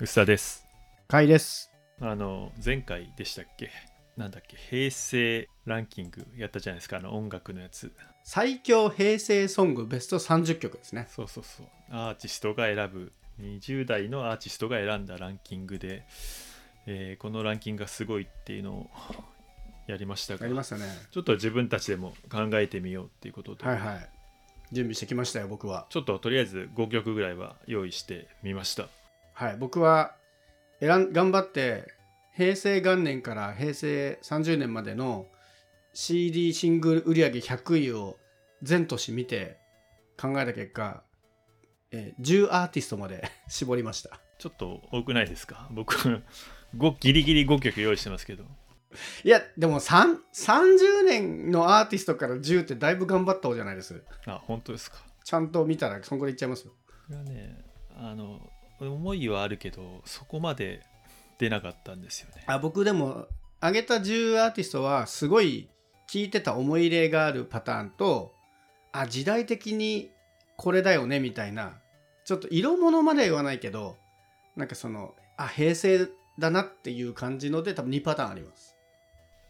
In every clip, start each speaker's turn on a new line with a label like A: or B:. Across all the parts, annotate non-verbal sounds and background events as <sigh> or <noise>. A: うさです。
B: 回です。
A: あの、前回でしたっけなんだっけ平成ランキングやったじゃないですか、あの音楽のやつ。
B: 最強平成ソングベスト30曲ですね。
A: そうそうそう。アーティストが選ぶ、20代のアーティストが選んだランキングで、えーこのランキングがすごいっていうのをやりました
B: や
A: が、
B: りま
A: ち
B: したね。
A: ょっと自分たちでも考えてみようっていうことで、
B: はいはい。準備してきましたよ、僕は。
A: ちょっととりあえず5曲ぐらいは用意してみました。
B: はい、僕は選ん頑張って平成元年から平成30年までの CD シングル売り上げ100位を全年見て考えた結果、えー10アーティストまで <laughs> 絞りました。
A: ちょっと多くないですか僕、ごギリギリ5曲用意してますけど。
B: いや、でも3 30年のアーティストから10ってだいぶ頑張った方じゃないです。
A: あ、本当ですか。
B: ちゃんと見たらそんぐらいいっちゃいますよ。
A: これはねあの思いはあるけどそこまで出なかったんですよね
B: あ僕でも挙げた10アーティストはすごい聴いてた思い入れがあるパターンとあ時代的にこれだよねみたいなちょっと色物までは言わないけどなんかそのあ平成だなっていう感じので多分2パターンあります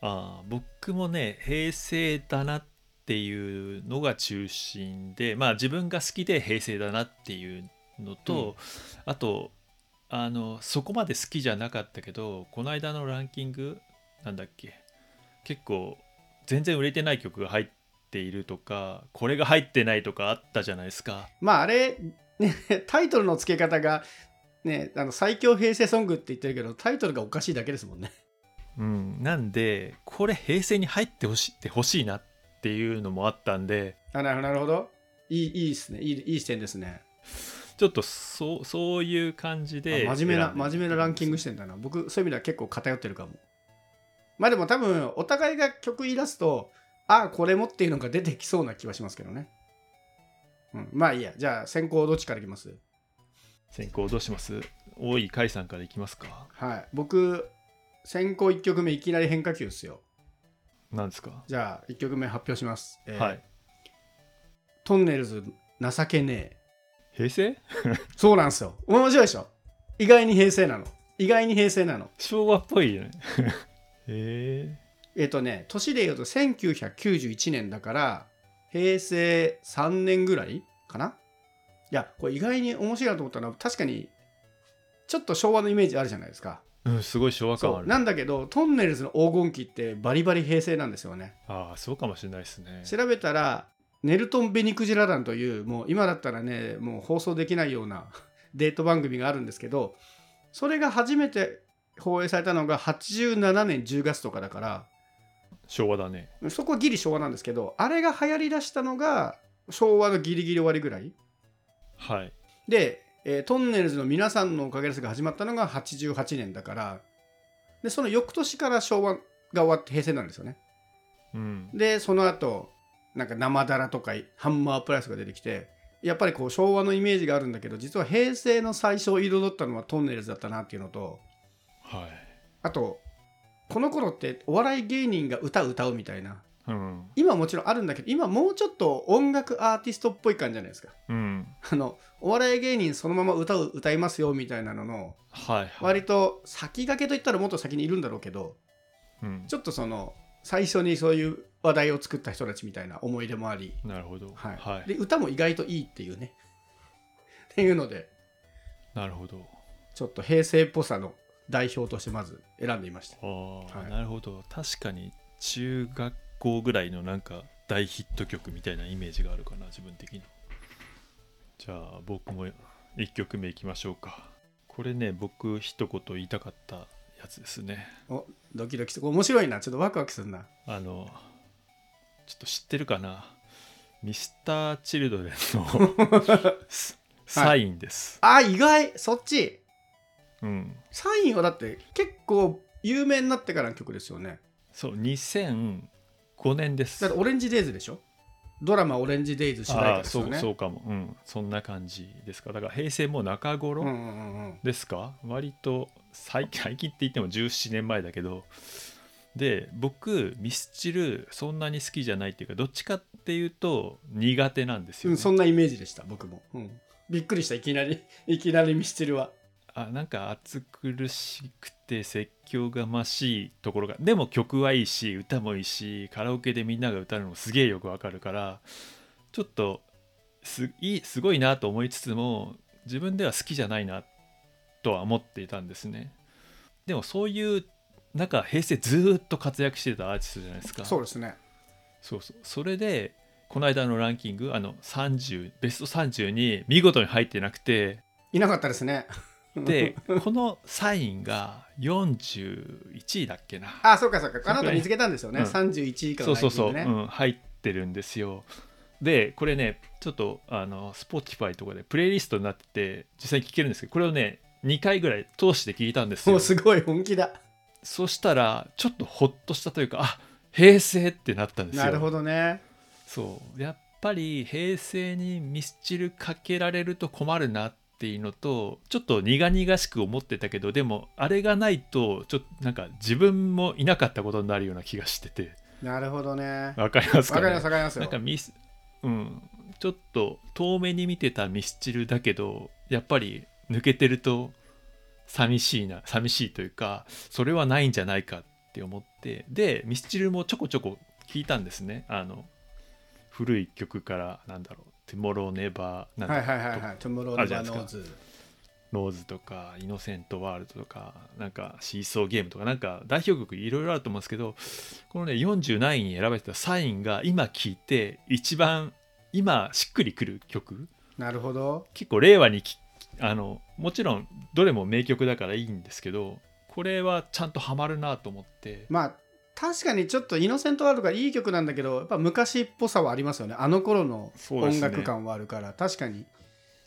A: あー僕もね平成だなっていうのが中心でまあ自分が好きで平成だなっていうのと、あとあのそこまで好きじゃなかったけどこの間のランキングなんだっけ結構全然売れてない曲が入っているとかこれが入ってないとかあったじゃないですか
B: まああれ、ね、 <laughs> タイトルの付け方が、ね、あの最強平成ソングって言ってるけどタイトルがおかしいだけですもんね
A: うん、なんでこれ平成に入ってほしってほしいなっていうのもあったんで
B: あなるほどなるほどいいいいですねいいいい視点ですね
A: ちょっとそうそういう感じで
B: あ真面目な
A: 選んでみた
B: 真面目なランキングしてんだな僕そういう意味では結構偏ってるかもまあでも多分お互いが曲言い出すとああこれもっていうのが出てきそうな気はしますけどね、うん、まあいいやじゃあ先行どっちからいきます
A: 先行どうします多い甲斐さんからいきますか
B: はい僕先行1曲目いきなり変化球っすよ
A: なんですか、
B: じゃあ1曲目発表します、えー
A: はい
B: トンネルズ情けねえ
A: 平成
B: そうなんすよ面白いでしょ意外に平成なの意外に平成なの
A: 昭和っぽいよね <laughs> へ
B: えっとね、年で言うと1991年だから、平成3年ぐらいかないや、これ意外に面白いなと思ったのは、確かに、ちょっと昭和のイメージあるじゃないですか。
A: えうんすごい昭和感あ
B: そう
A: る
B: なんだけど、トンネルズの黄金期ってバリバリ平成なんですよね。
A: ああそうかもしれないですね
B: 調べたら、ネルトン・ベニクジラ団という、もう今だったらね、もう放送できないような <laughs> デート番組があるんですけど、それが初めて放映されたのが87年10月とかだから、
A: 昭和だね
B: そこはギリ昭和なんですけどあれが流行りだしたのが昭和のギリギリ終わりぐらい
A: はい
B: で、えートンネルズの皆さんのおかげですが始まったのが88年だからでその翌年から昭和が終わって平成なんですよね
A: うん
B: でその後なんか生だらとかハンマープライスが出てきてやっぱりこう昭和のイメージがあるんだけど実は平成の最初を彩ったのはトンネルズだったなっていうのと
A: はい
B: あとこの頃ってお笑い芸人が歌を歌うみたいな
A: うん
B: 今もちろんあるんだけど今もうちょっと音楽アーティストっぽい感じじゃないですか
A: うん
B: あのお笑い芸人そのまま歌を歌いますよみたいなのの
A: はいはい、
B: 割と先駆けといったらもっと先にいるんだろうけど
A: うん、
B: ちょっとその最初にそういう話題を作った人たちみたいな思い出もあり、
A: なるほど
B: はい
A: はい、
B: で歌も意外といいっていうね <laughs> っていうので
A: なるほど
B: ちょっと平成っぽさの代表としてまず選んでみました
A: あー
B: はい
A: なるほど確かに中学校ぐらいのなんか大ヒット曲みたいなイメージがあるかな自分的にじゃあ僕も1曲目いきましょうかこれね僕一言言いたかったやつですね
B: おドキドキする面白いなちょっとワクワクするな <laughs>
A: あのちょっと知ってるかなミスター・チル
B: <laughs>
A: ドレンのスサインです、
B: あ意外そっち
A: うん
B: サインはだって結構有名になってからの曲ですよね
A: そう2005年です
B: だってオレンジデイズでしょドラマ「オレンジデイズ」主題
A: あ
B: 歌
A: あ
B: ですよ
A: そう
B: ね
A: そうかも、うん、そんな感じですかだから平成もう中頃、
B: うんうんうんうん
A: ですか割と最 <laughs> 近最近って言っても17年前だけどで僕ミスチルそんなに好きじゃないっていうかどっちかっていうと苦手なんですよ、
B: う
A: ね
B: <laughs> んそんなイメージでした僕も、うんびっくりしたいきなりいきなりミスチルは
A: あなんか暑苦しくて説教がましいところがでも曲はいいし歌もいいしカラオケでみんなが歌うのもすげえよくわかるからちょっとすいいすごいなと思いつつも自分では好きじゃないなとは思っていたんですねでもそういうなんか平成ずーっと活躍してたアーティストじゃないですか
B: そうですね
A: そうそうそれでこの間のランキングあの30ベスト30に見事に入ってなくて
B: いなかったですね
A: <laughs> でこのサインが41位だっけな
B: <laughs> あそうかそうかあなた見つけたんですよね、
A: うん
B: 31以下
A: そ
B: の
A: う
B: ラ
A: そ
B: ンキ
A: う
B: ン
A: そう、
B: グね
A: うん、入ってるんですよでこれねちょっとあの Spotify とかでプレイリストになってて実際に聴けるんですけどこれをね2回ぐらい通して聞いたんです
B: も
A: よ
B: うすごい本気だ
A: そしたらちょっとほっとしたというかあ平成ってなったんですよ
B: なるほどね
A: そうやっぱり平成にミスチルかけられると困るなっていうのとちょっと苦々しく思ってたけどでもあれがないとちょっとなんか自分もいなかったことになるような気がしてて
B: なるほどね
A: わかりますか
B: わ
A: ね
B: かりますわかります
A: なん
B: よ
A: かミスうんちょっと遠目に見てたミスチルだけどやっぱり抜けてると寂しいな寂しいというかそれはないんじゃないかって思ってでミスチルもちょこちょこ聞いたんですねあの古い曲からなんだろう「トゥモローネバー」なんだろ
B: はいうはいはいはいトゥモロー
A: あ
B: ネ
A: るじゃ
B: バ
A: ない
B: ノ
A: で
B: ー
A: す
B: ズ
A: ローズとか、イノセントワールドとか、なんかシーソーゲームとか、なんか代表曲いろいろあると思うんですけど、このね、47位に選ばれてたサインが今聴いて、一番今しっくりくる曲、
B: なるほど
A: 結構令和にきあの、もちろんどれも名曲だからいいんですけど、これはちゃんとハマるなと思って、
B: まあ確かにちょっと「イノセントワールド」がいい曲なんだけどやっぱ昔っぽさはありますよねあの頃の
A: そうです
B: 音
A: ね
B: 楽感はあるから、確かに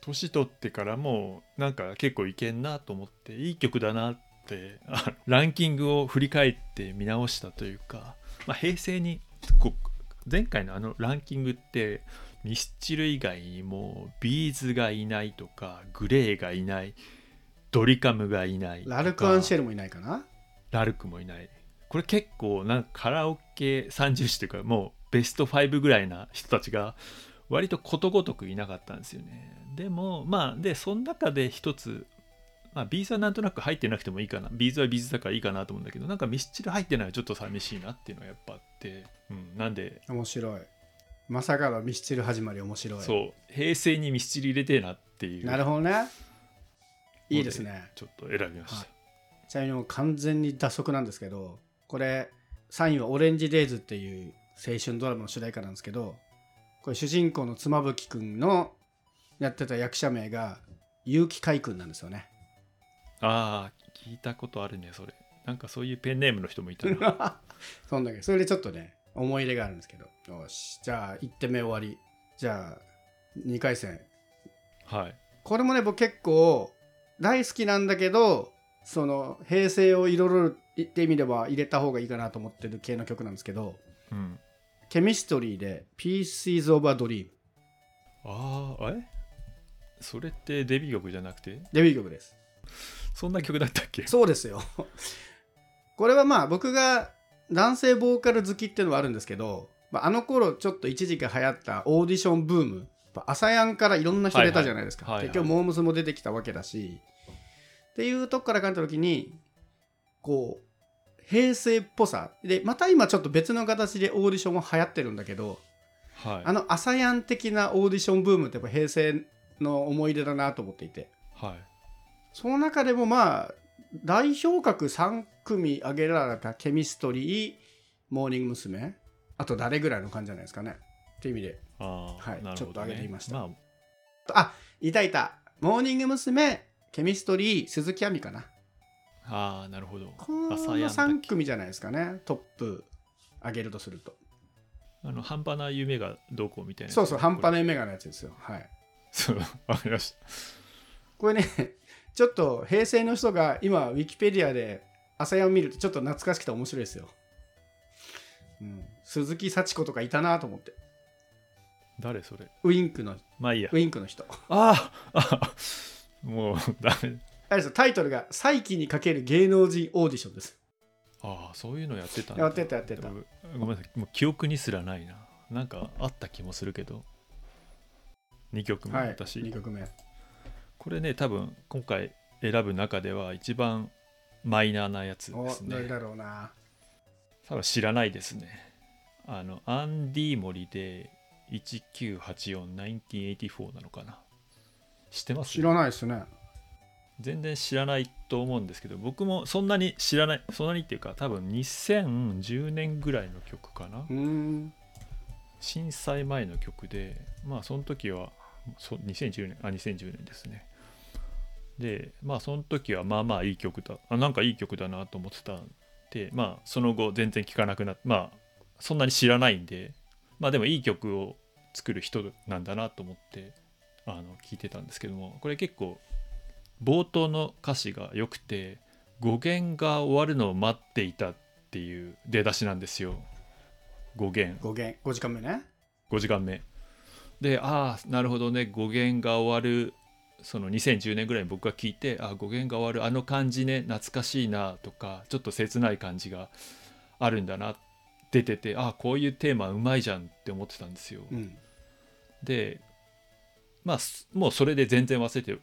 A: 年取ってからもなんか結構いけんなと思って、いい曲だなって、あランキングを振り返って見直したというか、まあ、平成にこう前回のあのランキングってミスチル以外にもビーズがいないとかグレーがいないドリカムがいないとか
B: ラルク・アンシェルもいないかな
A: ラルクもいないこれ結構なんかカラオケ30種というかもうベスト5ぐらいな人たちが割とことごとくいなかったんですよねでもまあでその中で一つまあビーズはなんとなく入ってなくてもいいかなビーズはビーズだからいいかなと思うんだけどなんかミスチル入ってないのはちょっと寂しいなっていうのはやっぱあって、うん、なんで
B: 面白いまさかのミスチル始まり面白い
A: そう平成にミスチル入れてえなっていう
B: なる
A: ほ
B: ほどねいいですね
A: ちょっと選びました、
B: はいちなみにもう完全に脱足なんですけどこれサインは「オレンジデイズ」っていう青春ドラマの主題歌なんですけどこれ主人公の妻夫木くんのやってた役者名が結城海くんなんですよね
A: ああ聞いたことあるねそれなんかそういうペンネームの人もいたな
B: <laughs> そんだけそれでちょっとね思い入れがあるんですけどよしじゃあ1点目終わりじゃあ2回戦
A: はい
B: これもね僕結構大好きなんだけどその平成を彩るってみれば入れた方がいいかなと思ってる系の曲なんですけど
A: うん
B: ケミストリーで Pieces of a Dream
A: ああえそれってデビュー曲じゃなくて
B: デビュー曲です
A: そんな曲だったっけ
B: そうですよ <laughs> これはまあ僕が男性ボーカル好きっていうのはあるんですけど、まあ、あの頃ちょっと一時期流行ったオーディションブームやっぱアサヤンからいろんな人出たじゃないですか、
A: はいはいはいはい
B: 結局モームスも出てきたわけだしっていうとこから考えた時にこう平成っぽさでまた今ちょっと別の形でオーディションも流行ってるんだけど
A: はい
B: あのアサヤン的なオーディションブームってやっぱ平成の思い出だなと思っていて
A: はい
B: その中でもまあ代表格3組挙げられたケミストリーモーニング娘。あと誰ぐらいの感じじゃないですかねっていう意味で
A: あー
B: は
A: なる
B: い
A: ほど、ね、
B: ちょっと上げてみました
A: ま
B: あいたいたモーニング娘。ケミストリー鈴木亜美かな
A: あ、あーなるほど
B: この
A: 朝やんだっけ
B: 3組じゃないですかねトップ挙げるとすると
A: あの半端な夢がどうこうみたいな
B: そうそう半端
A: な
B: な夢がのやつですよはい
A: そうわかりまし
B: これね <laughs> ちょっと平成の人が今ウィキペディアで朝やんを見るとちょっと懐かしくて面白いですよ、うん、鈴木幸子とかいたなと思って
A: た誰それ
B: ウインクの
A: まあいいや
B: ウインクの人
A: あーあもうダメ
B: あれですよタイトルが「再起にかける芸能人オーディション」です
A: ああそういうのやってたんだ
B: やってたやってた
A: でもごめんなさいもう記憶にすらないななんかあった気もするけど2曲目
B: はい
A: 私、
B: 2曲目
A: これね多分今回選ぶ中では一番マイナーなやつ
B: お
A: です
B: どれ
A: ね
B: だろうな
A: 多分知らないですねあのアンディ・モリで1984-1984なのかな知ってます
B: 知らないですね
A: 全然知らないと思うんですけど僕もそんなに知らないそんなにっていうか多分2010年ぐらいの曲かな
B: うーん
A: 震災前の曲でまあその時はそ2010年あ2010年ですねでまあその時はまあまあいい曲だあなんかいい曲だなと思ってたんでまあその後全然聴かなくなってまあそんなに知らないんでまあでもいい曲を作る人なんだなと思ってあの聞いてたんですけどもこれ結構冒頭の歌詞が良くて語源が終わるのを待っていたっていう出だしなんですよ語源
B: 5弦5時間目ね
A: 5時間目でああなるほどね語源が終わるその2010年ぐらいに僕が聞いてああ語源が終わるあの感じね懐かしいなとかちょっと切ない感じがあるんだな出ててああこういうテーマうまいじゃんって思ってたんですよ、
B: うん
A: でまあすもうそれで全然忘れて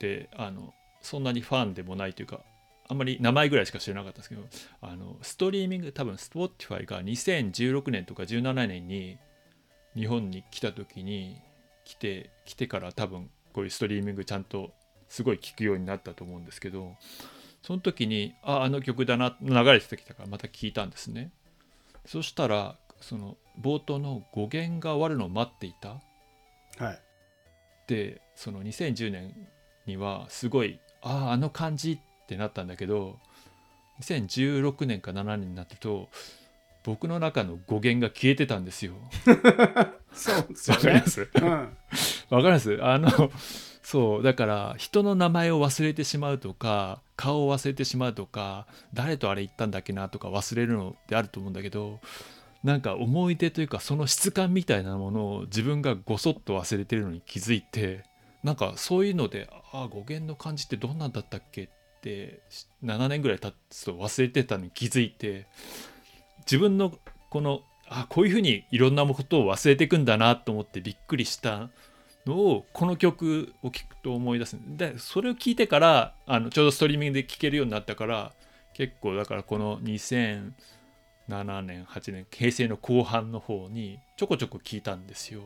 A: てあのそんなにファンでもないというかあんまり名前ぐらいしか知らなかったんですけどあのストリーミング多分 Spotify が2016年とか17年に日本に来た時に来て来てから多分こういうストリーミングちゃんとすごい聞くようになったと思うんですけどその時にああの曲だな流れてきたからまた聞いたんですねそしたらその冒頭の語源が終わるのを待っていた
B: はい
A: でその2010年にはすごいあああの感じってなったんだけど2016年か7年になってると僕の中の語源が消えてたんですよ。
B: そうです
A: わ
B: よ
A: かり
B: ね
A: ます
B: うん
A: わかりますあの <laughs> そうだから人の名前を忘れてしまうとか顔を忘れてしまうとか誰とあれ言ったんだっけなとか忘れるのってあると思うんだけどなんか思い出というかその質感みたいなものを自分がごそっと忘れてるのに気づいてなんかそういうのでああ語源の感じってどんなんだったっけってし7年ぐらい経つと忘れてたのに気づいて自分のこのあこういうふうにいろんなことを忘れていくんだなと思ってびっくりしたのをこの曲を聴くと思い出すでそれを聴いてからあのちょうどストリーミングで聴けるようになったから結構だからこの2007年8年平成の後半の方にちょこちょこ聴いたんですよ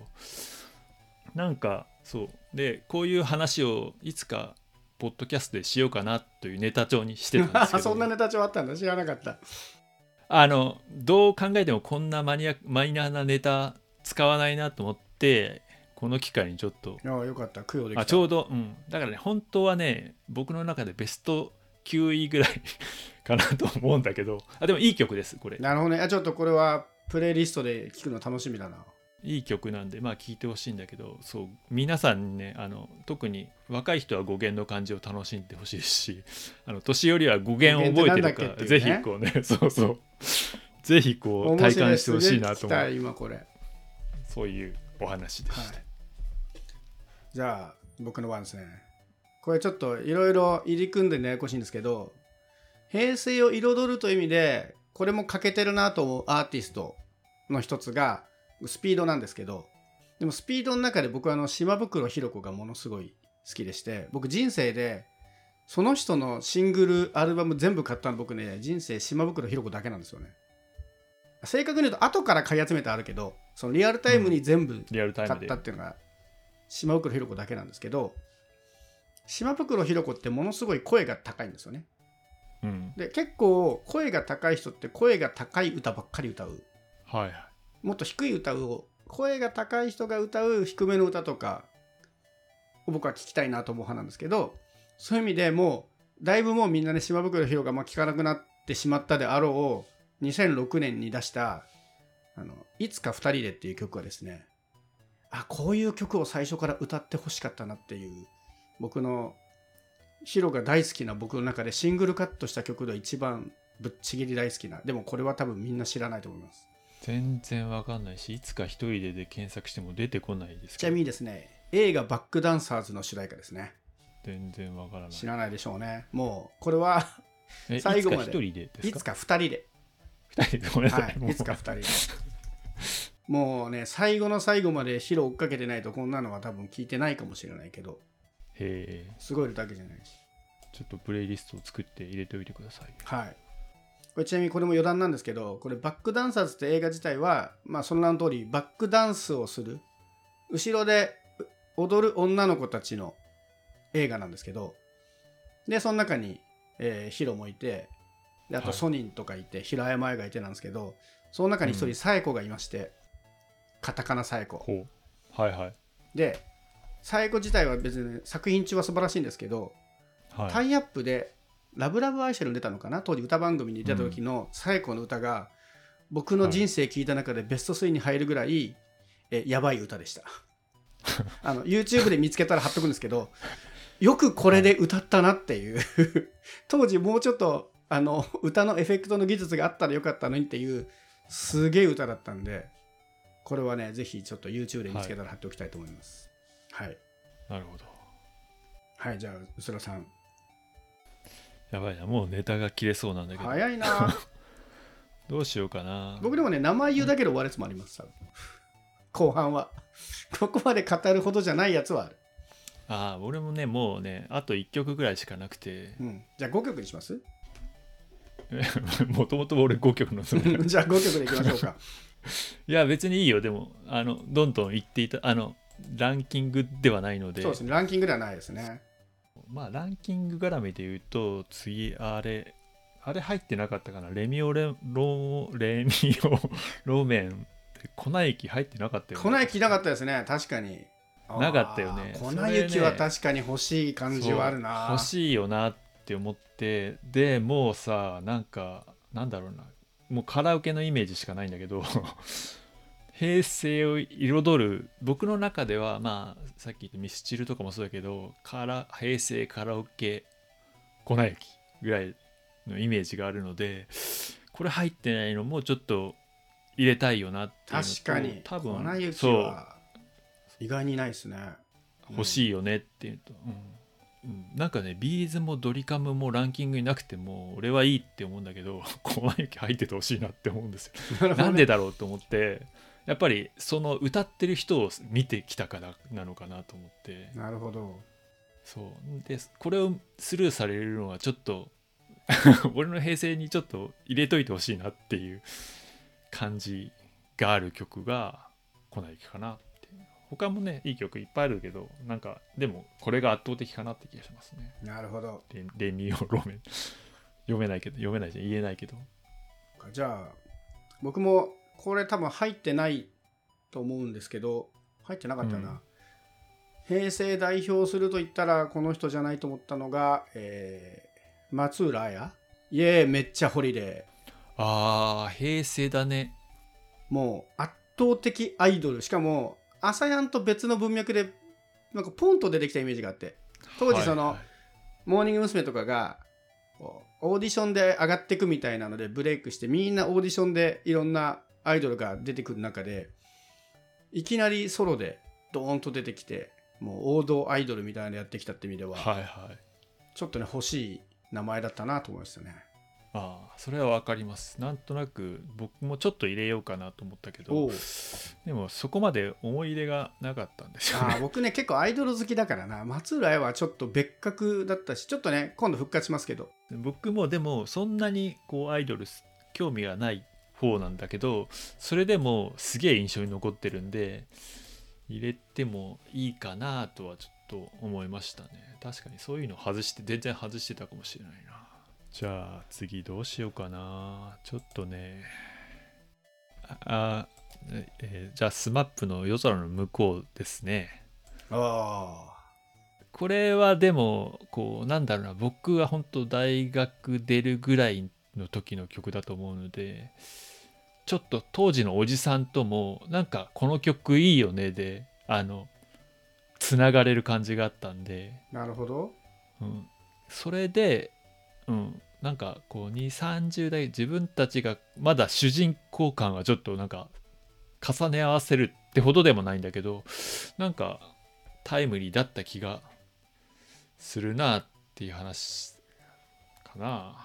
A: なんかそうでこういう話をいつかポッドキャストでしようかなというネタ帳にしてたんですけど
B: <laughs> そんなネタ帳あったんだ知らなかった
A: あのどう考えてもこんなマニアマイナーなネタ使わないなと思ってこの機会にちょっと
B: ああよかった供養できた
A: あちょうど、うん、だからね本当はね僕の中でベスト9位ぐらい <laughs> かなと思うんだけどあでもいい曲ですこれ
B: なるほどねあちょっとこれはプレイリストで聞くの楽しみだない
A: い曲なんでまあ聴いてほしいんだけどそう皆さんにねあの特に若い人は語源の感じを楽しんでほしいしあの年寄りは語源を覚えてるか、
B: 語源
A: ぜ
B: って
A: ひ
B: なんだっ
A: こうねそうそうぜひこう体感してほしいなと思
B: 面白いすげえ聞きた
A: う
B: い今これ
A: そういうお話でした。
B: はいじゃあ僕の番ですねこれちょっといろいろ入り組んでねややこしいんですけど平成を彩るという意味でこれも欠けてるなと思うアーティストの一つがスピードなんですけどでもスピードの中で僕はあの島袋ひろ子がものすごい好きでして僕人生でその人のシングルアルバム全部買ったの僕ね人生島袋ひろ子だけなんですよね正確に言うと後から買い集めてあるけどそのリアルタイムに全部
A: リアルタイ
B: 買
A: ムで
B: ったっていうのが島袋ひろ子だけなんですけど島袋ひろ子ってものすごい声が高いんですよね
A: うん
B: で結構声が高い人って声が高い歌ばっかり歌う
A: はい
B: もっと低い歌を声が高い人が歌う低めの歌とかを僕は聞きたいなと思う派なんですけどそういう意味でもうだいぶもうみんなね島袋ひろがまあ聞かなくなってしまったであろう2006年に出した「あのいつか二人で」っていう曲はですねあこういう曲を最初から歌ってほしかったなっていう僕のヒロが大好きな僕の中でシングルカットした曲で一番ぶっちぎり大好きなでもこれは多分みんな知らないと思います
A: 全然わかんないしいつか一人でで検索しても出てこないです
B: ちなみにですね、映画バックダンサーズの主題歌ですね。
A: 全然わからない
B: 知らないでしょうね。もう、これは、
A: え
B: 最後
A: いつ
B: まで
A: か一人でです
B: い
A: か
B: つか二人で。
A: 二人でごめんなさい、
B: は
A: <laughs> も
B: い、
A: う
B: いつか二人で。もうね、最後の最後までヒロ追っかけてないと、こんなのは多分聞いてないかもしれないけど、
A: へえ
B: すごいだけじゃないし。
A: ちちょっとプレイリストを作って入れておいてください。
B: はい。これちなみにこれも余談なんですけど、これバックダンサーズって映画自体は、まあその名の通りバックダンスをする、後ろで踊る女の子たちの映画なんですけど、で、その中に、えーヒロもいて、であと
A: はい
B: ソニンとかいて、平山愛がいてなんですけど、その中に一
A: う
B: 人
A: ん
B: サエコがいまして、カタカナサエコ。
A: ほう。はいはい。
B: で、サエコ自体は別に作品中は素晴らしいんですけど、タ
A: はい。
B: イアップで「ラブラブアイシャル」に出たのかな当時歌番組に出た時の最古の歌が、僕の人生聴いた中でベスト3に入るぐらい、えやばい歌で <laughs> したあの YouTube で見つけたら貼っとくんですけどよくこれで歌ったなっていう <laughs> 当時もうちょっとあの歌のエフェクトの技術があったらよかったのにっていうすげえ歌だったんでこれはねぜひちょっと YouTube で見つけたら貼っておきたいと思いますはい、
A: なるほど。
B: はい、じゃあうすらさん
A: やばいな。もうネタが切れそうなんだけど。
B: 早いな
A: どうしようかな。
B: 僕でもね名前言うだけで終わるやつもあります多分後半はここまで語るほどじゃないやつはある、
A: ああ、俺もね、もうね、あと1曲ぐらいしかなくて、 <laughs>
B: うん、じゃあ5曲にします
A: もともと俺5曲のつもりだ
B: <laughs> じゃあ5曲でいきま
A: <laughs>
B: しょうか
A: いや、別にいいよ。でも、あの、どんどん言っていた、あの、ランキングではないので、
B: そうですねランキングではないですね
A: まあ、ランキング絡みで言うと、次、あれ、あれ入ってなかったかな。レミオレ、ロー、レミオ、ローメンって、粉雪入ってなかったよね。
B: 粉雪なかったですね確かにあー
A: なかったよね
B: 粉
A: それね
B: 雪は確かに欲しい感じはあるな
A: そう欲しいよなって思ってでもうさなんかなんだろうなもうカラオケのイメージしかないんだけど <laughs> 平成を彩る僕の中ではまあさっき言ったミスチルとかもそうだけどから平成カラオケ粉雪ぐらいのイメージがあるのでこれ入ってないのもちょっと入れたいよなっていうのと
B: 確かに
A: 多
B: 粉
A: 分
B: 雪
A: そう
B: は意外にないですね
A: 欲
B: い、
A: しいよねっていうと、うんうんなんかねビーズもドリカムもランキングになくても俺はいいって思うんだけど <laughs> 小前行き入っててほしいなって思うんですよ
B: なるほ
A: な
B: ど
A: ん
B: ね
A: でだろうと思ってやっぱりその歌ってる人を見てきたからなのかなと思って
B: <laughs> なるほど
A: そうでこれをスルーされるのはちょっと <laughs> 俺の平成にちょっと入れといてほしいなっていう感じがある曲が「粉雪」かなって他もねいい曲いっぱいあるけどなんかでもこれが圧倒的かなって気がしますね
B: なるほど
A: レレミオロメン <laughs> 読めないけど読めないじゃん言えないけど
B: じゃあ僕もこれ多分入ってないと思うんですけど入ってなかったな、
A: うん
B: 平成代表すると言ったらこの人じゃないと思ったのが、えー松浦綾イエーイめっちゃホリデ
A: あー平成だね
B: ーもう圧倒的アイドルしかも朝やんと別の文脈でなんかポンと出てきたイメージがあって当時その、
A: はいはい
B: モーニング娘。とかがこうオーディションで上がっていくみたいなのでブレイクしてみんなオーディションでいろんなアイドルが出てくる中でいきなりソロでドーンと出てきてもう王道アイドルみたいなのやってきたって意味では、
A: はいはい
B: ちょっとね欲しい名前だったなと思いましたね。
A: ああそれはわかりますなんとなく僕もちょっと入れようかなと思ったけど
B: おう
A: でもそこまで思い入れがなかったんですよ
B: <laughs> あー
A: ね。
B: 僕ね結構アイドル好きだからな松浦綾はちょっと別格だったしちょっとね今度復活しますけど
A: <laughs> 僕もでもそんなにこうアイドルす興味がない方なんだけどそれでもすげえ印象に残ってるんで入れてもいいかなとはちょっと思いましたね。確かにそういうの外して全然外してたかもしれないな。じゃあ次どうしようかな。ちょっとね。ああ、えーじゃあ SMAP の夜空の向こうですね。
B: あ
A: これはでもこうなんだろうな僕は本当大学出るぐらいの時の曲だと思うのでちょっと当時のおじさんともなんかこの曲いいよねであのつながれる感じがあったんで、
B: あなるほど
A: うん、それで、うん、なんかこう2 3 0代自分たちがまだ主人公感はちょっとなんか重ね合わせるってほどでもないんだけどなんかタイムリーだった気がするなっていう話かな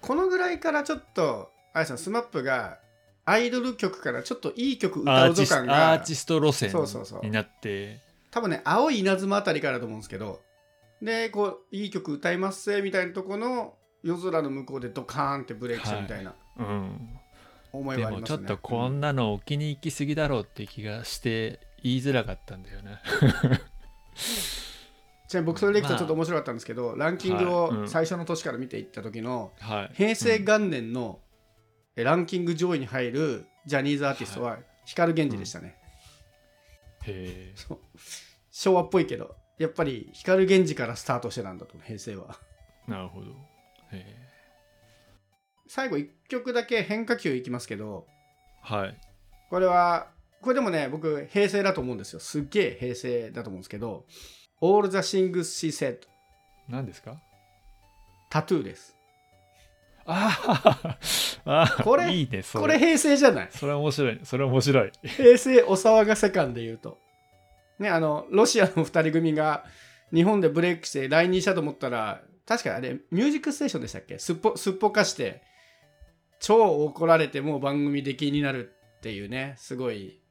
B: このぐらいからちょっとあやさんスマップがアイドル曲からちょっといい曲歌
A: ア
B: う
A: ー
B: ぞ
A: ティス
B: 感
A: ア
B: が
A: ーティスト路線
B: そうそうそう
A: になって
B: 多分ね青い稲妻あたりからだと思うんですけどでこういい曲歌いますぜみたいなとこの夜空の向こうでドカーンってブレイクしたみたいな
A: うん、
B: 思い
A: で
B: はあり
A: も
B: ま
A: ちょ
B: す
A: っ
B: ね。
A: とこんなのお気に行きすぎだろうって気がして言いづらかったんだよね
B: ちなみに僕それでいくとちょっと面白かったんですけど、ランキング
A: はいうん
B: を最初の年から見ていった時の
A: はい
B: 平成元年のえランキング上位に入るジャニーズアーティストは光源氏でしたね、
A: へー
B: そう昭和っぽいけどやっぱり光源氏からスタートしてたんだと思う平成は
A: なるほどへ
B: 最後1曲だけ変化球いきますけど
A: ーはい
B: これはこれでもね僕平成だと思うんですよすっげえ平成だと思うんですけど「All the Things She Said
A: 何ですか」
B: タトゥーです
A: あーあー
B: これ
A: いいねそれ
B: これ平成じゃない
A: それ面白いそれ面白い
B: 平成お騒がせ感で言うと。ね、あの、ロシアの二人組が日本でブレイクして来日したと思ったら、確かあれ、ミュージックステーションでしたっけすっぽ、すっぽかして、超怒られてもう番組出禁になるっていうね、すごい、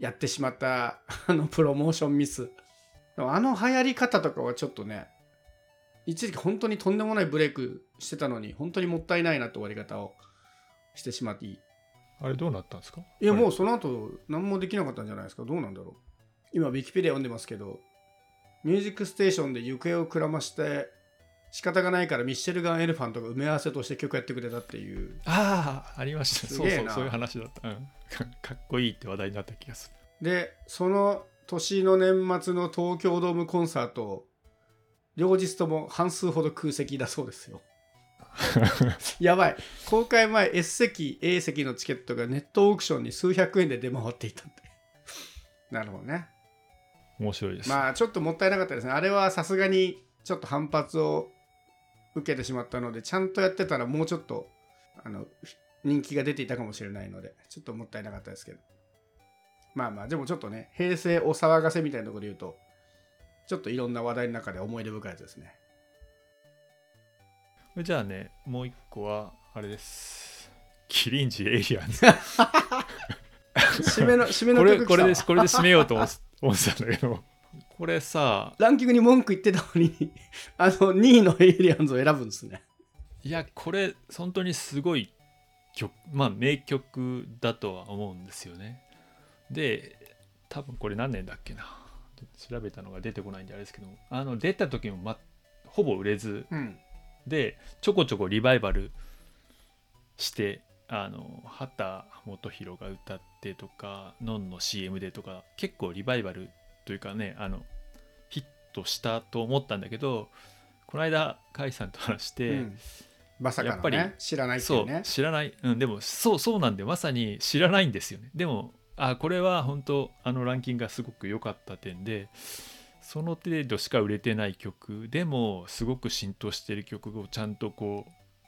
B: やってしまった、 <laughs> あの、プロモーションミス。でもあの流行り方とかはちょっとね、一時期本当にとんでもないブレイクしてたのに、本当にもったいないなと終わり方をしてしまっていい
A: あれどうなったんですか
B: いや、
A: う
B: もうその後何もできなかったんじゃないですかどうなんだろう今、ウィキペディア読んでますけど、ミュージックステーションで行方をくらまして、仕方がないからミッシェルガン・エルファントが埋め合わせとして曲やってくれたっていう。
A: ああありました
B: す
A: そう
B: げえ
A: そう
B: な
A: そういう話だった、うん、かかっこいいって話題になった気がする
B: で、その年の年末の東京ドームコンサート、両日とも半数ほど空席だそうですよ。やばい。公開前、S 席、A 席のチケットがネットオークションに数百円で出回っていたって。なるほどね。
A: 面白いです、
B: まあちょっともったいなかったですね。あれはさすがにちょっと反発を受けてしまったので、ちゃんとやってたらもうちょっとあの人気が出ていたかもしれないので、ちょっともったいなかったですけど。まあまあ、でもちょっとね、平成お騒がせみたいなところで言うと、ちょっといろんな話題の中で思い出深いやつですね。
A: じゃあねもう一個はあれですキリンジエイリアンズ <laughs>
B: 締めの、締めの
A: これ
B: 曲来た
A: これですこれで締めようと思っ思ってたんだけどこれさ
B: ランキングに文句言ってたのに、 <laughs> あの、2位のエイリアンズを選ぶんですね。
A: いやこれ本当にすごい曲まあ名曲だとは思うんですよねで多分これ何年だっけな調べたのが出てこないんであれですけどあの出た時も、ま、ほぼ売れず
B: うん。
A: でちょこちょこリバイバルしてあの畑基博が歌ってとかのんの CM でとか結構リバイバルというかねあのヒットしたと思ったんだけどこの間甲斐さんと話して、
B: うんまさか
A: やっ
B: の
A: ぱり
B: ね、知らないってい
A: そうう
B: ね。
A: 知らない、うん、でもそうそうなんでまさに知らないんですよねでもあこれは本当あのランキングがすごく良かった点でその程度しか売れてない曲でもすごく浸透してる曲をちゃんとこ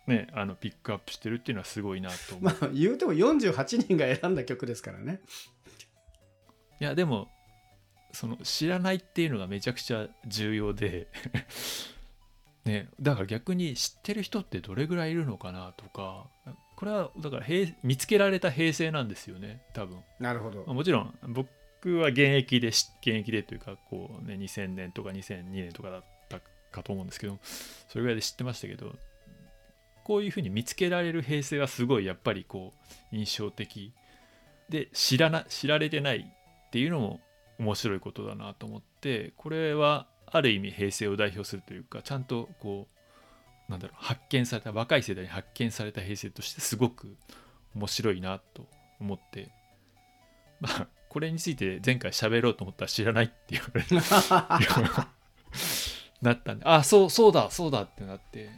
A: うねあのピックアップしてるっていうのはすごいなと思う、
B: まあ言うても48人が選んだ曲ですからね。
A: いやでもその知らないっていうのがめちゃくちゃ重要で <laughs> ねだから逆に知ってる人ってどれぐらいいるのかなとかこれはだから平見つけられた平成なんですよね多分
B: なるほど
A: まあ。もちろん僕は現役でし現役でというかこう、ね、2000年とか2002年とかだったかと思うんですけどそれぐらいで知ってましたけどこういうふうに見つけられる平成はすごいやっぱりこう印象的で知らな知られてないっていうのも面白いことだなと思ってこれはある意味平成を代表するというかちゃんとこうなんだろう発見された若い世代に発見された平成としてすごく面白いなと思ってまあ、これについて前回喋ろうと思ったら知らないって言われなったんで、あ、そう、そうだ、そうだってなって、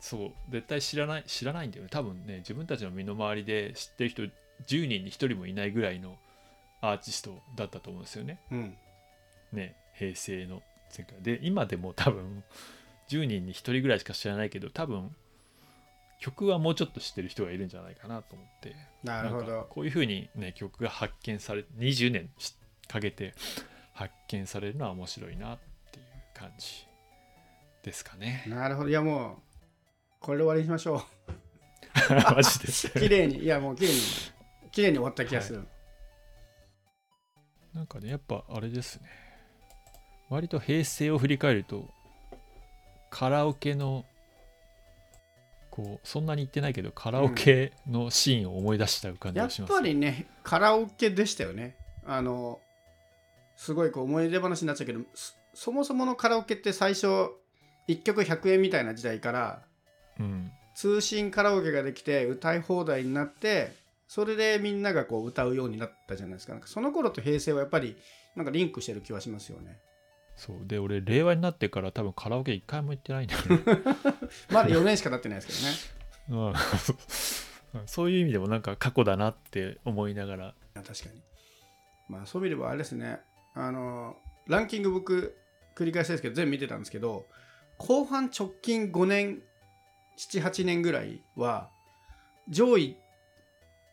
A: そう、絶対知らない、知らないんだよね。多分ね、自分たちの身の回りで知ってる人10人に1人もいないぐらいのアーティストだったと思うんですよね。
B: うん。
A: ね、平成の前回。で、今でも多分10人に1人ぐらいしか知らないけど、多分曲はもうちょっと知ってる人がいるんじゃないかなと思って。
B: なるほ
A: なんか
B: ど。
A: こういうふうにね曲が発見され20年しかけて発見されるのは面白いなっていう感じですかね
B: なるほど。いやもう、これで終わりにしましょ
A: マジ <laughs>
B: う。
A: で
B: 綺麗に、いやもう綺麗に、綺麗に終わった気がする。
A: なんかねやっぱあれですね割と平成を振り返るとカラオケのこうそんなに行ってないけどカラオケのシーンを思い出した感じ
B: や
A: がし
B: っ
A: ます、
B: ぱりねカラオケでしたよねあのすごいこう思い出話になっちゃうけどそそもそものカラオケって最初1曲100円みたいな時代から
A: うん
B: 通信カラオケができて歌い放題になってそれでみんながこう歌うようになったじゃないですかなんかその頃と平成はやっぱりなんかリンクしてる気はしますよね
A: そうで俺令和になってから多分カラオケ一回も行ってないんだよね
B: まだ4年しか経ってないですけどね
A: うん <laughs> そういう意味でもなんか過去だなって思いながら
B: いや確かにまあそう見ればあれですねあのランキング僕繰り返しですけど全部見てたんですけど後半直近5年78年ぐらいは上位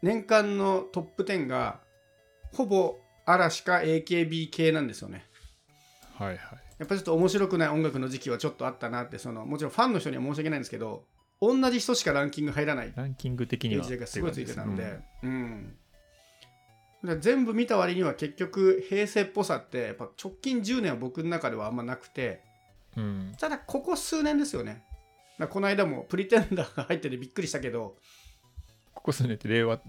B: 年間のトップ10がほぼ嵐か AKB 系なんですよね
A: はいはい
B: やっぱりちょっと面白くない音楽の時期はちょっとあったなってそのもちろんファンの人には申し訳ないんですけど同じ人しかランキング入らない
A: ランキング的には
B: ページがすごいついてたん
A: う
B: で、うんだから全部見た割には結局平成っぽさってやっぱ直近10年は僕の中ではあんまなくて
A: うんうん
B: ただここ数年ですよねだからこの間も「プリテンダー」が入っててびっくりしたけど
A: ここ住んでて令和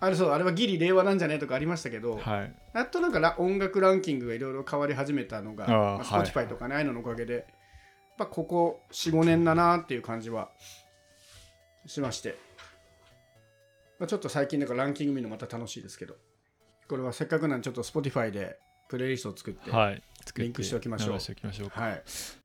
B: あれそうあれはギリ令和なんじゃねとかありましたけど
A: はい
B: やっとなんかラ音楽ランキングがいろいろ変わり始めたのが
A: あー
B: まあ、
A: はい
B: Spotify とかね、ああいうののおかげでやっぱここ45年だなっていう感じはしまして、まあ、ちょっと最近なんかランキング見るのまた楽しいですけどこれはせっかくなんでちょっと Spotify でプレイリストを作って、
A: はい作って
B: リンクしておきましょう
A: 流しておきましょうか
B: はい